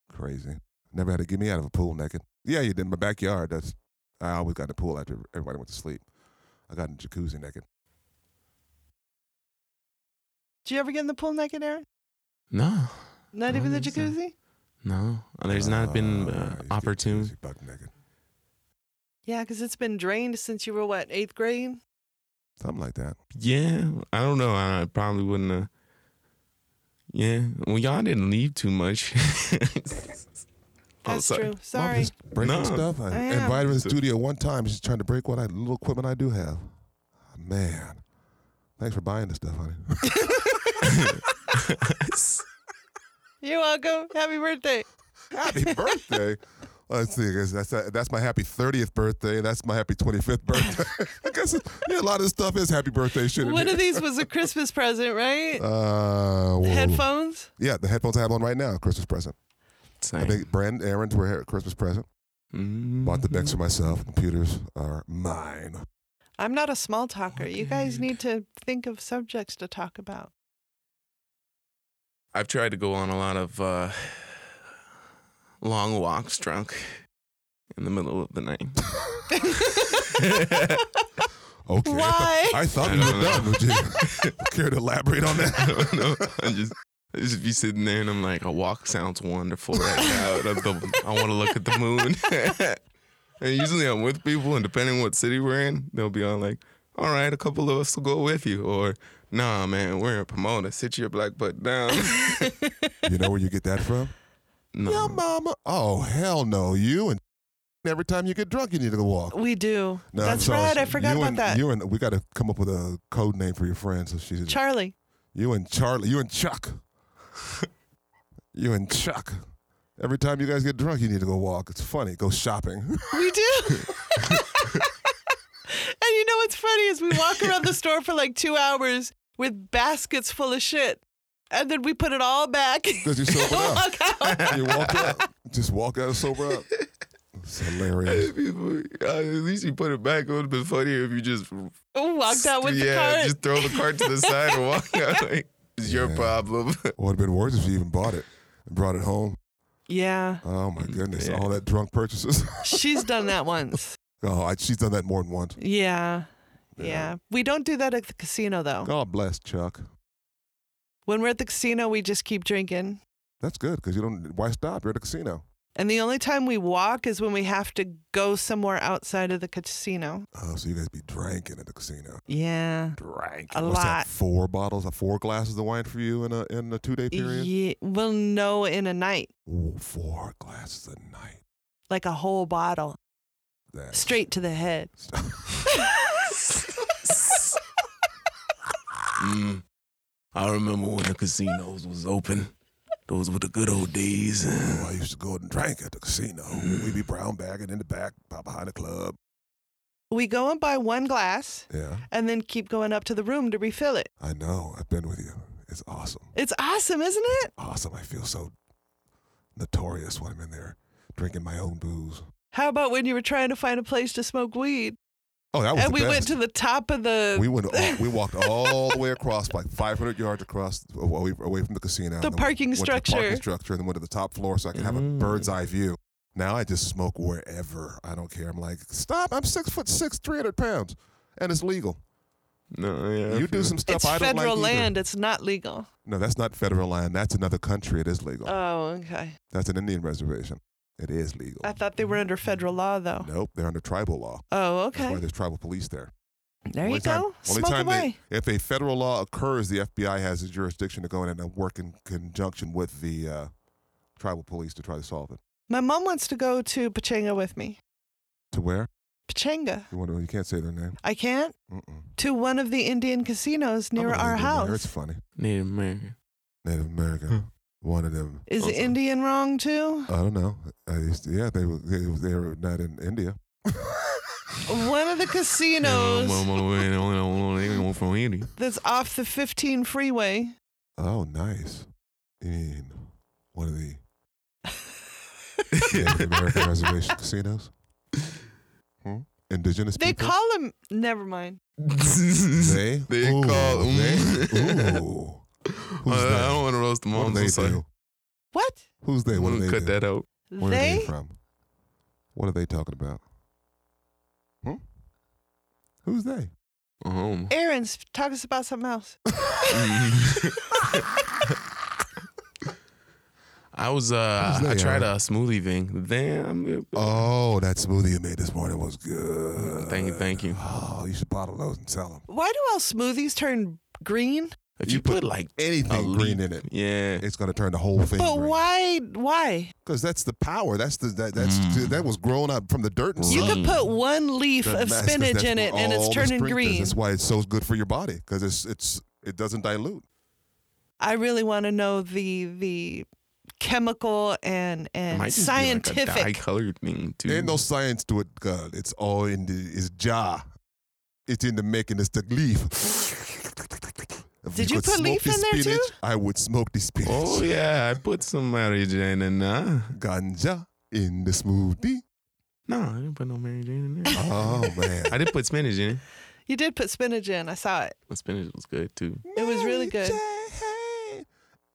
S5: Crazy. Never had to get me out of a pool naked. Yeah, you did in my backyard. That's I always got in the pool after everybody went to sleep. I got in the jacuzzi naked.
S6: Do you ever get in the pool naked, Aaron?
S7: No.
S6: Not
S7: I
S6: even the
S7: think so.
S6: jacuzzi?
S7: No. There's not been
S5: Uh, I
S7: uh,
S5: used to get
S7: opportune.
S5: jacuzzi buck naked.
S6: Yeah, because it's been drained since you were what eighth grade.
S5: Something like that.
S7: Yeah. I don't know. I probably wouldn't have. Yeah. Well, y'all didn't leave too much. <laughs> Oh,
S6: That's
S7: so-
S6: true.
S5: Mom
S6: Sorry.
S5: just breaking
S7: No.
S5: stuff. I,
S6: I am.
S5: invited her to the studio one time. She's trying to break what I, little equipment I do have. Man, thanks for buying this stuff, honey.
S6: You're welcome. Happy birthday. <laughs>
S5: happy birthday. Let's see. I guess That's that's my happy thirtieth birthday. That's my happy twenty fifth birthday. <laughs> I guess yeah, a lot of this stuff is happy birthday shit. in
S6: One
S5: here.
S6: of
S5: <laughs>
S6: these was a Christmas present, right?
S5: Uh, whoa.
S6: Headphones.
S5: Yeah, the headphones I have on right now, Christmas present. I think Brand Aaron's were her Christmas present.
S7: Mm-hmm.
S5: Bought the decks for
S6: Mm-hmm.
S5: myself. Computers are mine.
S6: I'm not a small talker. You guys need to think of subjects to talk about.
S7: I've tried to go on a lot of uh, long walks drunk, in the middle of the night.
S5: Okay.
S6: Why?
S5: I thought you
S6: <laughs>
S5: were done. Would you <laughs> care to elaborate on that?
S7: I <laughs> don't know. I just I just be sitting there and I'm like, a walk sounds wonderful right now. And I'm the- I want to look at the moon. <laughs> and usually I'm with people, and depending what city we're in, they'll be on like, all right, a couple of us will go with you, or nah, man, we're in Pomona. Sit your black butt down. <laughs>
S5: You know where you get that from?
S6: <laughs>
S5: Your
S7: no,
S5: mama. Oh hell no, you and every time you get drunk, you need to go walk.
S6: We do.
S5: No, I'm
S6: That's
S5: sorry.
S6: right. I forgot
S5: you
S6: about
S5: and,
S6: that.
S5: You and we got to come up with a code name for your friend. So she's
S6: Charlie.
S5: you and Charlie, you
S6: <laughs>
S5: and Chuck, you and Chuck. Every time you guys get drunk, you need to go walk. It's funny. Go shopping. <laughs>
S6: We do. <laughs> and you know what's funny is we walk around the store for like two hours with baskets full of shit. And then we put it all back. <laughs>
S5: Because you sober up.
S6: Walk out.
S5: You walk out. Just walk out sober up. It's hilarious.
S7: people. uh, At least you put it back. It would have been funnier if you just
S6: Walked out with
S7: yeah,
S6: the cart.
S7: just throw the cart to the side
S6: <laughs>
S7: and walk out. Like, it's your
S5: Yeah.
S7: problem. <laughs>
S5: Would have been worse if you even bought it and brought it home.
S6: Mm, Yeah.
S5: Oh my goodness!
S7: Yeah.
S5: All that drunk purchases. <laughs>
S6: She's done that once.
S5: oh, I, she's done that more than once.
S6: Yeah.
S5: Yeah.
S6: Yeah. We don't do that at the casino though.
S5: God bless Chuck.
S6: When we're at the casino, we just keep drinking.
S5: That's good because you don't. Why stop? You're at a casino.
S6: And the only time we walk is when we have to go somewhere outside of the casino.
S5: Oh, so you guys be drinking at the casino.
S6: Yeah.
S5: Drank
S6: A
S5: What's
S6: lot.
S5: That, four bottles, of four glasses of wine for you in a in a two day period.
S6: Yeah, well, no, in a night,
S5: Ooh, four glasses a night.
S6: like a whole bottle,
S5: That's
S6: straight to the
S5: <laughs>
S6: head.
S7: Mm. I remember when the casinos was open. Those were the good old days.
S5: Oh, I used to go and drink at the casino.
S6: Mm.
S5: We'd be brown bagging in the back, by behind the club.
S6: <laughs> We go and buy one glass
S5: Yeah,
S6: and then keep going up to the room to refill it.
S5: I know. I've been with you. It's awesome.
S6: It's awesome, isn't it?
S5: Awesome. I feel so notorious when I'm in there drinking my own booze.
S6: How about when you were trying to find a place to smoke weed?
S5: Oh, that was
S6: And we
S5: the
S6: went
S5: best.
S6: to the top of the
S5: we went. all- we walked all the way across, like 500 yards across, away, away from the casino.
S6: The
S5: and then went-
S6: parking
S5: went to the
S6: structure.
S5: parking structure, and then went to the top floor so I could have a bird's eye view. Now I just smoke wherever. I don't care. I'm like, stop! I'm six foot six, 300 pounds, and it's legal.
S7: No, yeah.
S5: You do some stuff
S6: It's
S5: I don't
S6: federal
S5: like either.
S6: land. It's not legal.
S5: No, that's not federal land. That's another country. It is legal.
S6: Oh, okay.
S5: that's an Indian reservation. It is legal.
S6: I thought they were under federal law, though.
S5: nope, they're under tribal law.
S6: Oh,
S5: That's why
S6: okay.
S5: there's tribal police there.
S6: There you
S5: Only time-
S6: go.
S5: only
S6: Smoke
S5: time they-
S6: away.
S5: if a federal law occurs, the FBI has a jurisdiction to go in and work in conjunction with the uh, tribal police to try to solve it.
S6: My mom wants to go to Pachanga with me.
S5: To where?
S6: Pachanga.
S5: You, want to, you can't say their name.
S6: I can't.
S5: Mm-mm.
S6: To one of the Indian casinos near
S5: I'm a
S6: our
S5: Native
S6: house.
S5: American. It's funny.
S7: Native American.
S5: Native American. One of them.
S6: Is
S7: Awesome.
S6: Indian wrong too?
S5: I don't know. I used to, yeah, they were they, were- they were not in India.
S6: One
S5: <laughs>
S6: of the casinos
S7: from India.
S6: that's off the 15 freeway.
S5: Oh, nice. You mean one
S6: <laughs>
S5: of the Native American reservation casinos? Hmm? Indigenous
S6: They
S5: people?
S6: call them. Never mind.
S5: <laughs> They,
S7: They
S5: ooh,
S7: call-
S5: they,
S7: <laughs> mm.
S5: ooh. Who's
S7: I,
S5: they?
S7: don't want to roast the
S5: What do
S7: moms.
S5: they
S7: I'm sorry.
S5: do?
S6: What?
S5: Who's they? What do
S7: We'll
S5: they
S7: cut
S5: do?
S7: that out.
S5: Where are
S6: they?
S5: they from? What are they talking about? Hmm? Who's they?
S7: Um,
S6: Aaron's talk us about something else.
S7: I was uh,
S5: Who's they,
S7: I tried
S5: Aaron?
S7: a smoothie thing. Damn.
S5: Oh, that smoothie you made this morning was good.
S7: Thank you, thank you.
S5: Oh, you should bottle those and sell them.
S6: Why do all smoothies turn green?
S7: If
S5: You
S7: you,
S5: put
S7: put, like
S5: Anything
S7: a
S5: green
S7: leaf-
S5: in it,
S7: yeah,
S5: it's going to turn the whole thing.
S6: But why? Why?
S5: Because that's the power. That's the that, that's that was grown up from the dirt and
S6: You could
S5: sun.
S6: put one leaf
S5: That-
S6: of
S5: that's 'cause
S6: spinach
S5: that's
S6: in
S5: where
S6: it and
S5: all
S6: it's
S5: the
S6: turning
S5: strength is.
S6: green.
S5: That's why it's so good for your body because it's it's it doesn't dilute.
S6: I really want to know the the chemical and
S7: It
S6: and
S7: might just be, like, a
S6: scientific.
S7: dye-colored thing too.
S5: Ain't no science to it, girl. It's all in the it's jar. It's in the making. It's the leaf. If
S6: Did you
S5: could
S6: put
S5: smoke
S6: leaf
S5: the
S6: in there, too?
S5: spinach, I would smoke the spinach.
S7: Oh yeah, I put some Mary Jane uh, in there.
S5: Ganja in the smoothie.
S7: No, I didn't put no Mary Jane in there.
S5: Oh man.
S7: I did put spinach in it.
S6: you did put spinach in. I saw it.
S7: But spinach was good too.
S6: <laughs> It was really good.
S5: Mary Jane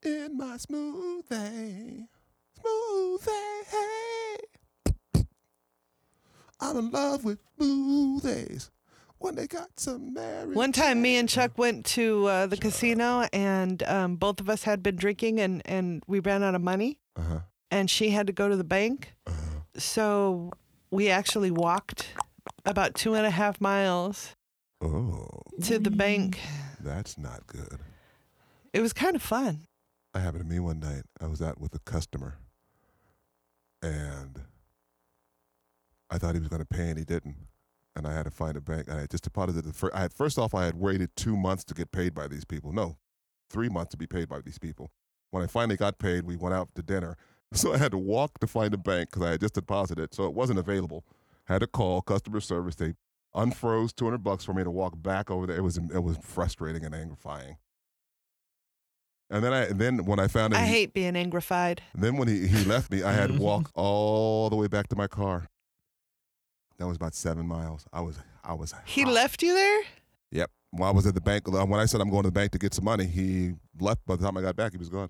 S5: in my smoothie. Smoothie. I'm in love with movies. When they got some marriage.
S6: One time, me and Chuck went to uh, the casino, and um, both of us had been drinking, and, and we ran out of money.
S5: Uh-huh.
S6: And she had to go to the bank. So we actually walked about two and a half miles
S5: Oh,
S6: to the bank.
S5: that's not good.
S6: It was kind of fun.
S5: That happened to me one night. I was out with a customer, and I thought he was going to pay, and he didn't. And I had to find a bank. I had just deposited the first. I had first off, I had waited two months to get paid by these people. No, three months to be paid by these people. When I finally got paid, we went out to dinner. <laughs> So I had to walk to find a bank because I had just deposited, so it wasn't available. Had to call customer service. They unfroze 200 bucks for me to walk back over there. It was it was frustrating and angrifying. And then I then when I found out
S6: I
S5: he-
S6: hate being angrified.
S5: then when he, he left me, I had to
S6: <laughs>
S5: walk all the way back to my car. That was about seven miles. I was I was
S6: He
S5: hot.
S6: left you there?
S5: Yep. When I was at the bank, uh, when I said I'm going to the bank to get some money, he left. By the time I got back, he was gone.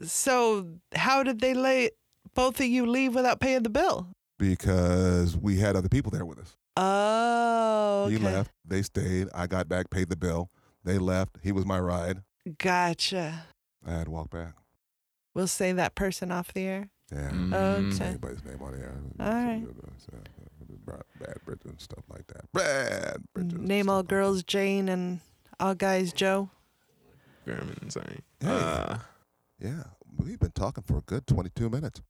S6: So, how did they let both of you leave without paying the bill?
S5: because we had other people there with us.
S6: Oh, okay.
S5: He left. They stayed. I got back, paid the bill. They left. He was my ride.
S6: Gotcha.
S5: I had to walk back.
S6: We'll say that person off the air.
S5: Yeah.
S6: Mm. Okay.
S8: Mm-hmm.
S5: Anybody's name on here.
S6: All right.
S5: uh, Bad Bridget and stuff like that. Bad Bridget.
S6: Name all girls Jane and all guys Joe.
S7: German, sorry.
S5: Hey.
S7: Uh,
S5: Yeah. We've been talking for a good 22 minutes.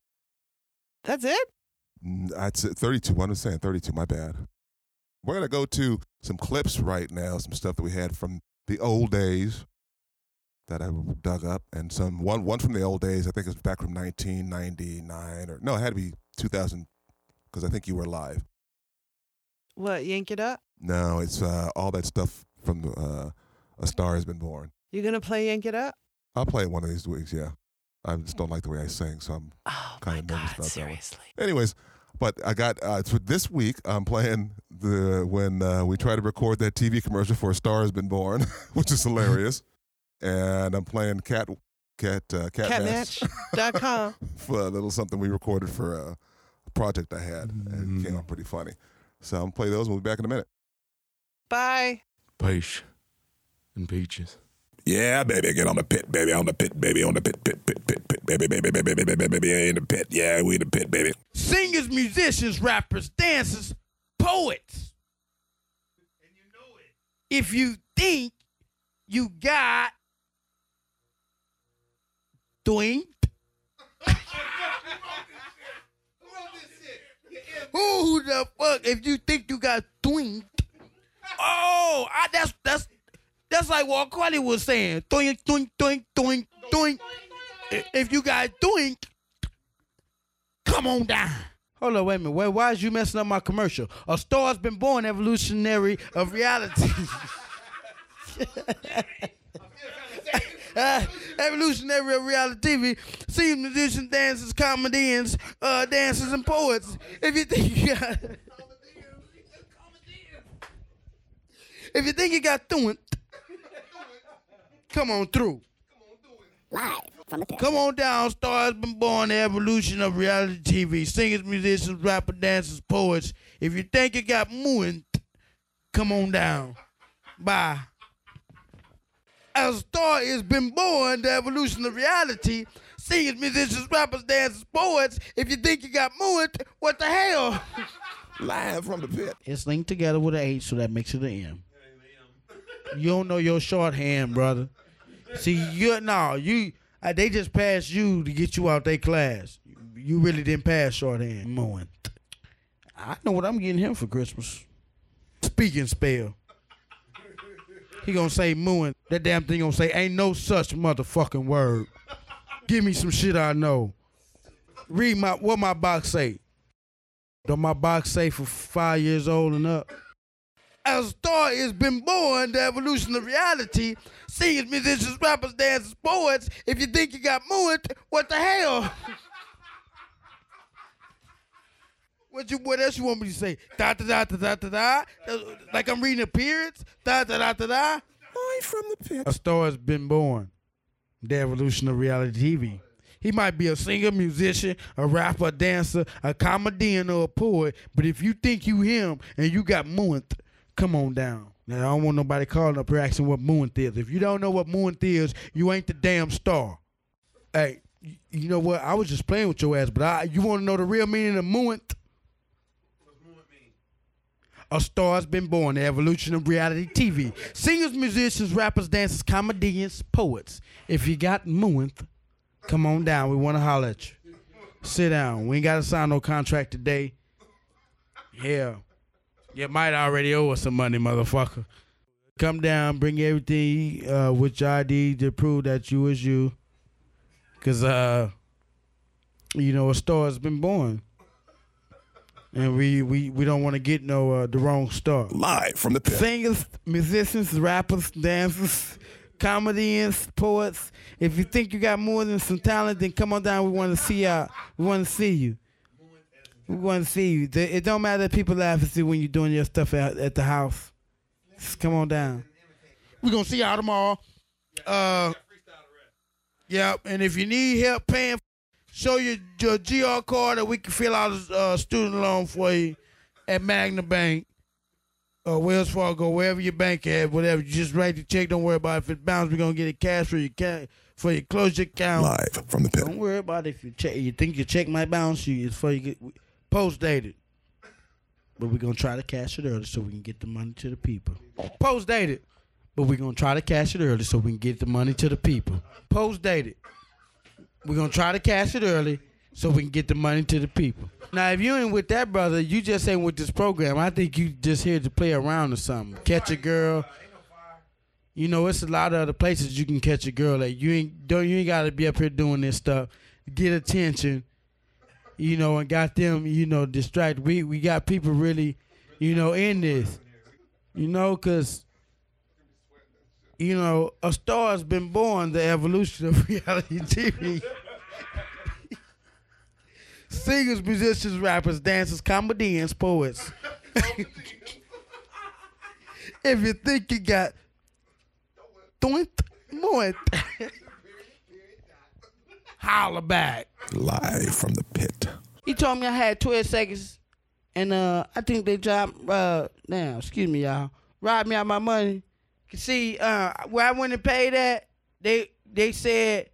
S6: That's it?
S5: Mm, I'd say 32. What I'm saying 32. My bad. We're gonna go to some clips right now. Some stuff that we had from the old days that I dug up, and some one one from the old days. I think it was back from 1999 or no, it had to be 2000 because I think you were alive.
S6: What, yank it up?
S5: No, it's uh, all that stuff from uh, A Star Has Been Born.
S6: You gonna play yank it up?
S5: I'll play it one of these weeks. Yeah, I just don't like the way I sing, so I'm
S6: Oh, my
S5: Kinda nervous
S6: God,
S5: about that one.
S6: seriously.
S5: Anyways, but I got uh, so this week. I'm playing the when uh, we try to record that TV commercial for "A Star Has Been Born," which is hilarious, and I'm playing cat cat uh, cat, match <laughs>
S6: Catmatch.com.
S5: for a little something we recorded for a project I had, and it came out pretty funny. So I'm gonna play those. We'll be back in a minute.
S6: Bye.
S7: Peiche and peaches.
S3: Yeah, baby, get on the pit, baby, on the pit, baby, on the pit, pit, pit, pit, pit, baby, baby, baby, baby, baby, baby, in the pit. Yeah, we in the pit, baby.
S1: Singers, musicians, rappers, dancers, poets. And you know it. If you think you got doinked. Who the fuck? If you think you got doinked, oh, I, that's that's that's like what Carly was saying. Doink, doink, doink, doink, doink. I- If you got doinked, Come on down. Hold on, wait a minute. Wait, why is you messing up my commercial? A star's been born evolutionary of reality. <laughs> Uh, evolutionary of reality TV, seen musicians, dancers, comedians, uh, dancers, and poets. If you think you got, if you think you got through it, come on through.
S2: Live from the pit.
S1: Come on down, stars been born, the evolution of reality TV. Singers, musicians, rapper, dancers, poets. If you think you got mooing, come on down. Bye. As a star has been born, the evolution of reality. Singers, musicians, rappers, dancers, poets. If you think you got mooing, what the hell? <laughs>
S3: Live from the pit.
S1: It's linked together with an H, so that makes it an M. You don't know your shorthand, brother. See, you're no, you. Uh, they just passed you to get you out their class. You really didn't pass shorthand. Mowing. I know what I'm getting him for Christmas. Speaking spell. He gonna say mooing. That damn thing gonna say ain't no such motherfucking word. Give me some shit I know. Read my what my box say. Don't my box say for five years old and up? As a star has been born, the evolution of reality. Singers, musicians, rappers, dancers, poets. If you think you got mooed, what the hell? <laughs> What you what else you want me to say? Da da da da da da da. Like I'm reading appearance. Da da da da da.
S3: Live from the pit.
S1: A star has been born. The evolution of reality TV. He might be a singer, musician, a rapper, a dancer, a comedian, or a poet. But if you think you him and you got Moonth, come on down. Now I don't want nobody calling up here asking what Moonth is. If you don't know what Moonth is, you ain't the damn star. Hey, y- you know what? I was just playing with your ass, but I, you want to know the real meaning of Moonth? A star has been born, the evolution of reality TV. Singers, musicians, rappers, dancers, comedians, poets. If you got Moonth, come on down. We want to holler at you. Sit down. We ain't got to sign no contract today. Hell, you might already owe us some money, motherfucker. Come down, bring everything uh, with your ID to prove that you is you. Because, uh, you know, a star has been born. And we, we, we don't want to get no uh, the wrong star
S3: Live from the pit.
S1: singers, musicians, rappers, dancers, comedians, poets. If you think you got more than some talent, then come on down. We want to see you. We want to see you. We want to see you. Th- It don't matter if people laugh at you when you're doing your stuff at, at the house. Just come on down. We're gonna see y'all tomorrow. Uh, yeah, and if you need help paying, show your, your GR card, and we can fill out a uh, student loan for you at Magna Bank uh, Wells Fargo, wherever your bank at, whatever. You just write the check. Don't worry about it. if it bounces. We're gonna get it cash for your ca- for you close your account.
S3: Live from the pit.
S1: Don't worry about it if you check. You think your check might bounce you. It's for you get post dated. But we're gonna try to cash it early so we can get the money to the people. Post dated. But we're gonna try to cash it early so we can get the money to the people. Post dated. We're gonna try to cash it early so we can get the money to the people. Now, if you ain't with that, brother, you just ain't with this program. I think you just here to play around or something. Catch a girl. You know, it's a lot of other places you can catch a girl at. You ain't don't you ain't gotta be up here doing this stuff. Get attention. You know, and got them, you know, distracted. We we got people really, you know, in this. You know, cause you know, a star has been born, the evolution of <laughs> reality TV. <laughs> Singers, musicians, rappers, dancers, comedians, poets. <laughs> if you think you got Twint Moint. Holla back.
S3: Live from the pit.
S1: He told me I had 12 seconds, and uh, I think they dropped, uh, now, excuse me, y'all, robbed me out my money. You See, uh, where I went and paid at, they, they said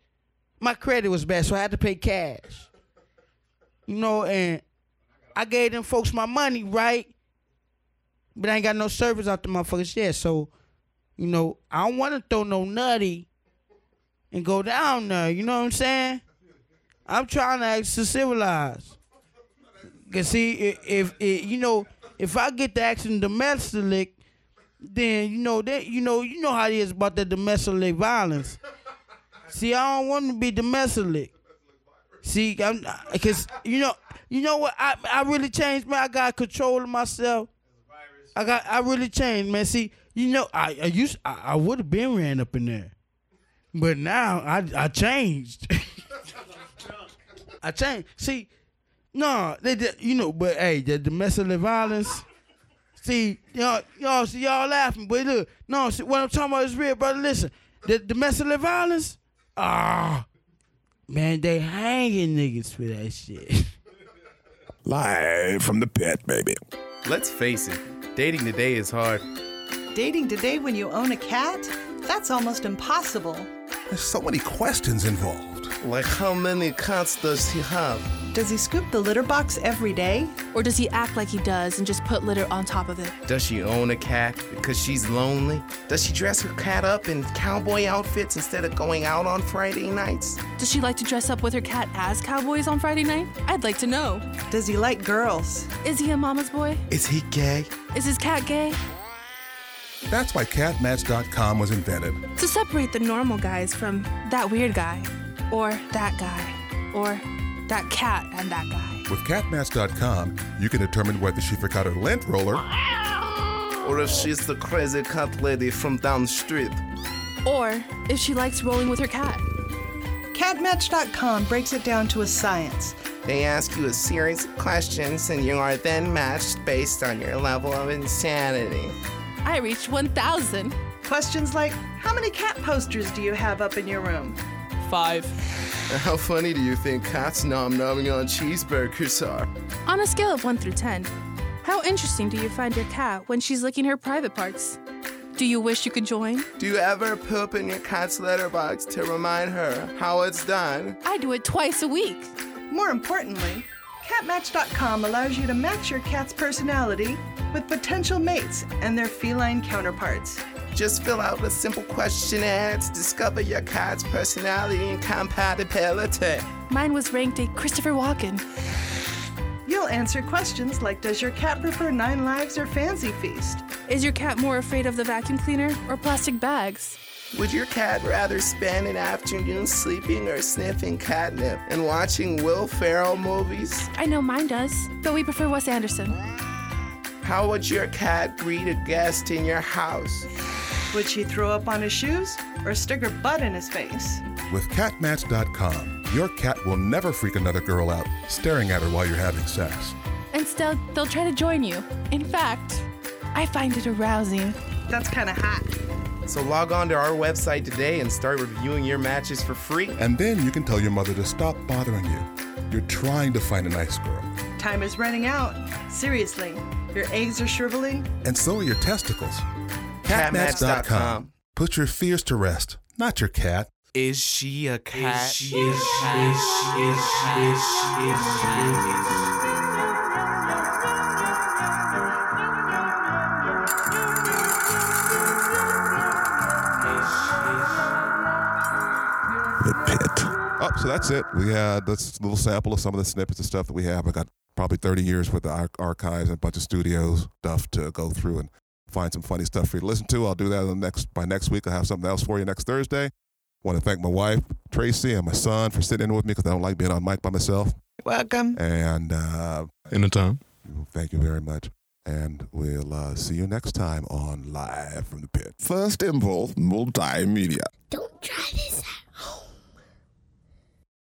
S1: my credit was bad, so I had to pay cash. You know, and I gave them folks my money, right? But I ain't got no service out the motherfuckers yet, so you know, I don't want to throw no nutty and go down there. You know what I'm saying? I'm trying to act to civilize. Cause see, i- if, if you know, if I get the action domestic, then you know that you know you know how it is about the domestic violence. See, I don't want to be domestic. See, I'm because you know you know what I I really changed man. I got control of myself. I got I really changed, man. See, you know, I, I used I, I would have been ran up in there. But now I I changed. <laughs> I changed. See, no, they did you know, but hey, the domestic violence. See, y'all y'all see y'all laughing, but look, no, see, what I'm talking about is real, brother. Listen, the domestic violence, ah man, they hanging niggas for that shit. <laughs>
S3: Live from the pit, baby.
S8: Let's face it, dating today is hard.
S9: Dating today when you own a cat? That's almost impossible.
S5: There's so many questions involved.
S8: Like, how many cats does he have?
S9: Does he scoop the litter box every day?
S10: Or does he act like he does and just put litter on top of it?
S8: Does she own a cat because she's lonely? Does she dress her cat up in cowboy outfits instead of going out on Friday nights?
S10: Does she like to dress up with her cat as cowboys on Friday night? I'd like to know.
S9: Does he like girls?
S10: Is he a mama's boy?
S8: Is he gay?
S10: Is his cat gay?
S5: That's why CatMatch.com was invented.
S10: To separate the normal guys from that weird guy, or that guy, or that cat and that guy.
S5: With CatMatch.com, you can determine whether she forgot her lint roller
S8: Or if she's the crazy cat lady from down the street?
S10: Or if she likes rolling with her cat.
S9: Catmatch.com breaks it down to a science.
S8: They ask you a series of questions and you are then matched based on your level of insanity.
S10: I reached 1,000.
S9: Questions like How many cat posters do you have up in your room?
S11: Five.
S8: How funny do you think cats nom nomming on cheeseburgers are?
S10: On a scale of 1 through 10, how interesting do you find your cat when she's licking her private parts? Do you wish you could join?
S8: Do you ever poop in your cat's letterbox to remind her how it's done?
S10: I do it twice a week.
S9: More importantly, CatMatch.com allows you to match your cat's personality with potential mates and their feline counterparts.
S8: Just fill out a simple questionnaire to discover your cat's personality and compatibility.
S10: Mine was ranked a Christopher Walken.
S9: You'll answer questions like Does your cat prefer Nine Lives or Fancy Feast?
S10: Is your cat more afraid of the vacuum cleaner or plastic bags?
S8: Would your cat rather spend an afternoon sleeping or sniffing catnip and watching Will Ferrell movies?
S10: I know mine does, but we prefer Wes Anderson.
S8: How would your cat greet a guest in your house?
S9: Would she throw up on his shoes or stick her butt in his face?
S5: With CatMatch.com, your cat will never freak another girl out staring at her while you're having sex.
S10: Instead, they'll try to join you. In fact, I find it arousing.
S9: That's kind of hot.
S8: So log on to our website today and start reviewing your matches for free.
S5: And then you can tell your mother to stop bothering you. You're trying to find a nice girl.
S9: Time is running out. Seriously, your eggs are shriveling.
S5: And so are your testicles.
S8: Catmatch.com.
S5: Put your fears to rest, not your cat.
S11: Is she a cat?
S5: The pit. Oh, so that's it. We had this little sample of some of the snippets of stuff that we have. I got probably 30 years worth of ar- archives and a bunch of studios stuff to go through and find some funny stuff for you to listen to. I'll do that on the next by next week. I'll have something else for you next Thursday. Want to thank my wife Tracy and my son for sitting in with me because I don't like being on mic by myself.
S6: Welcome.
S5: And uh,
S7: Anytime.
S5: thank you very much. And we'll uh, see you next time on Live from the Pit.
S3: First Impulse Multimedia.
S2: Don't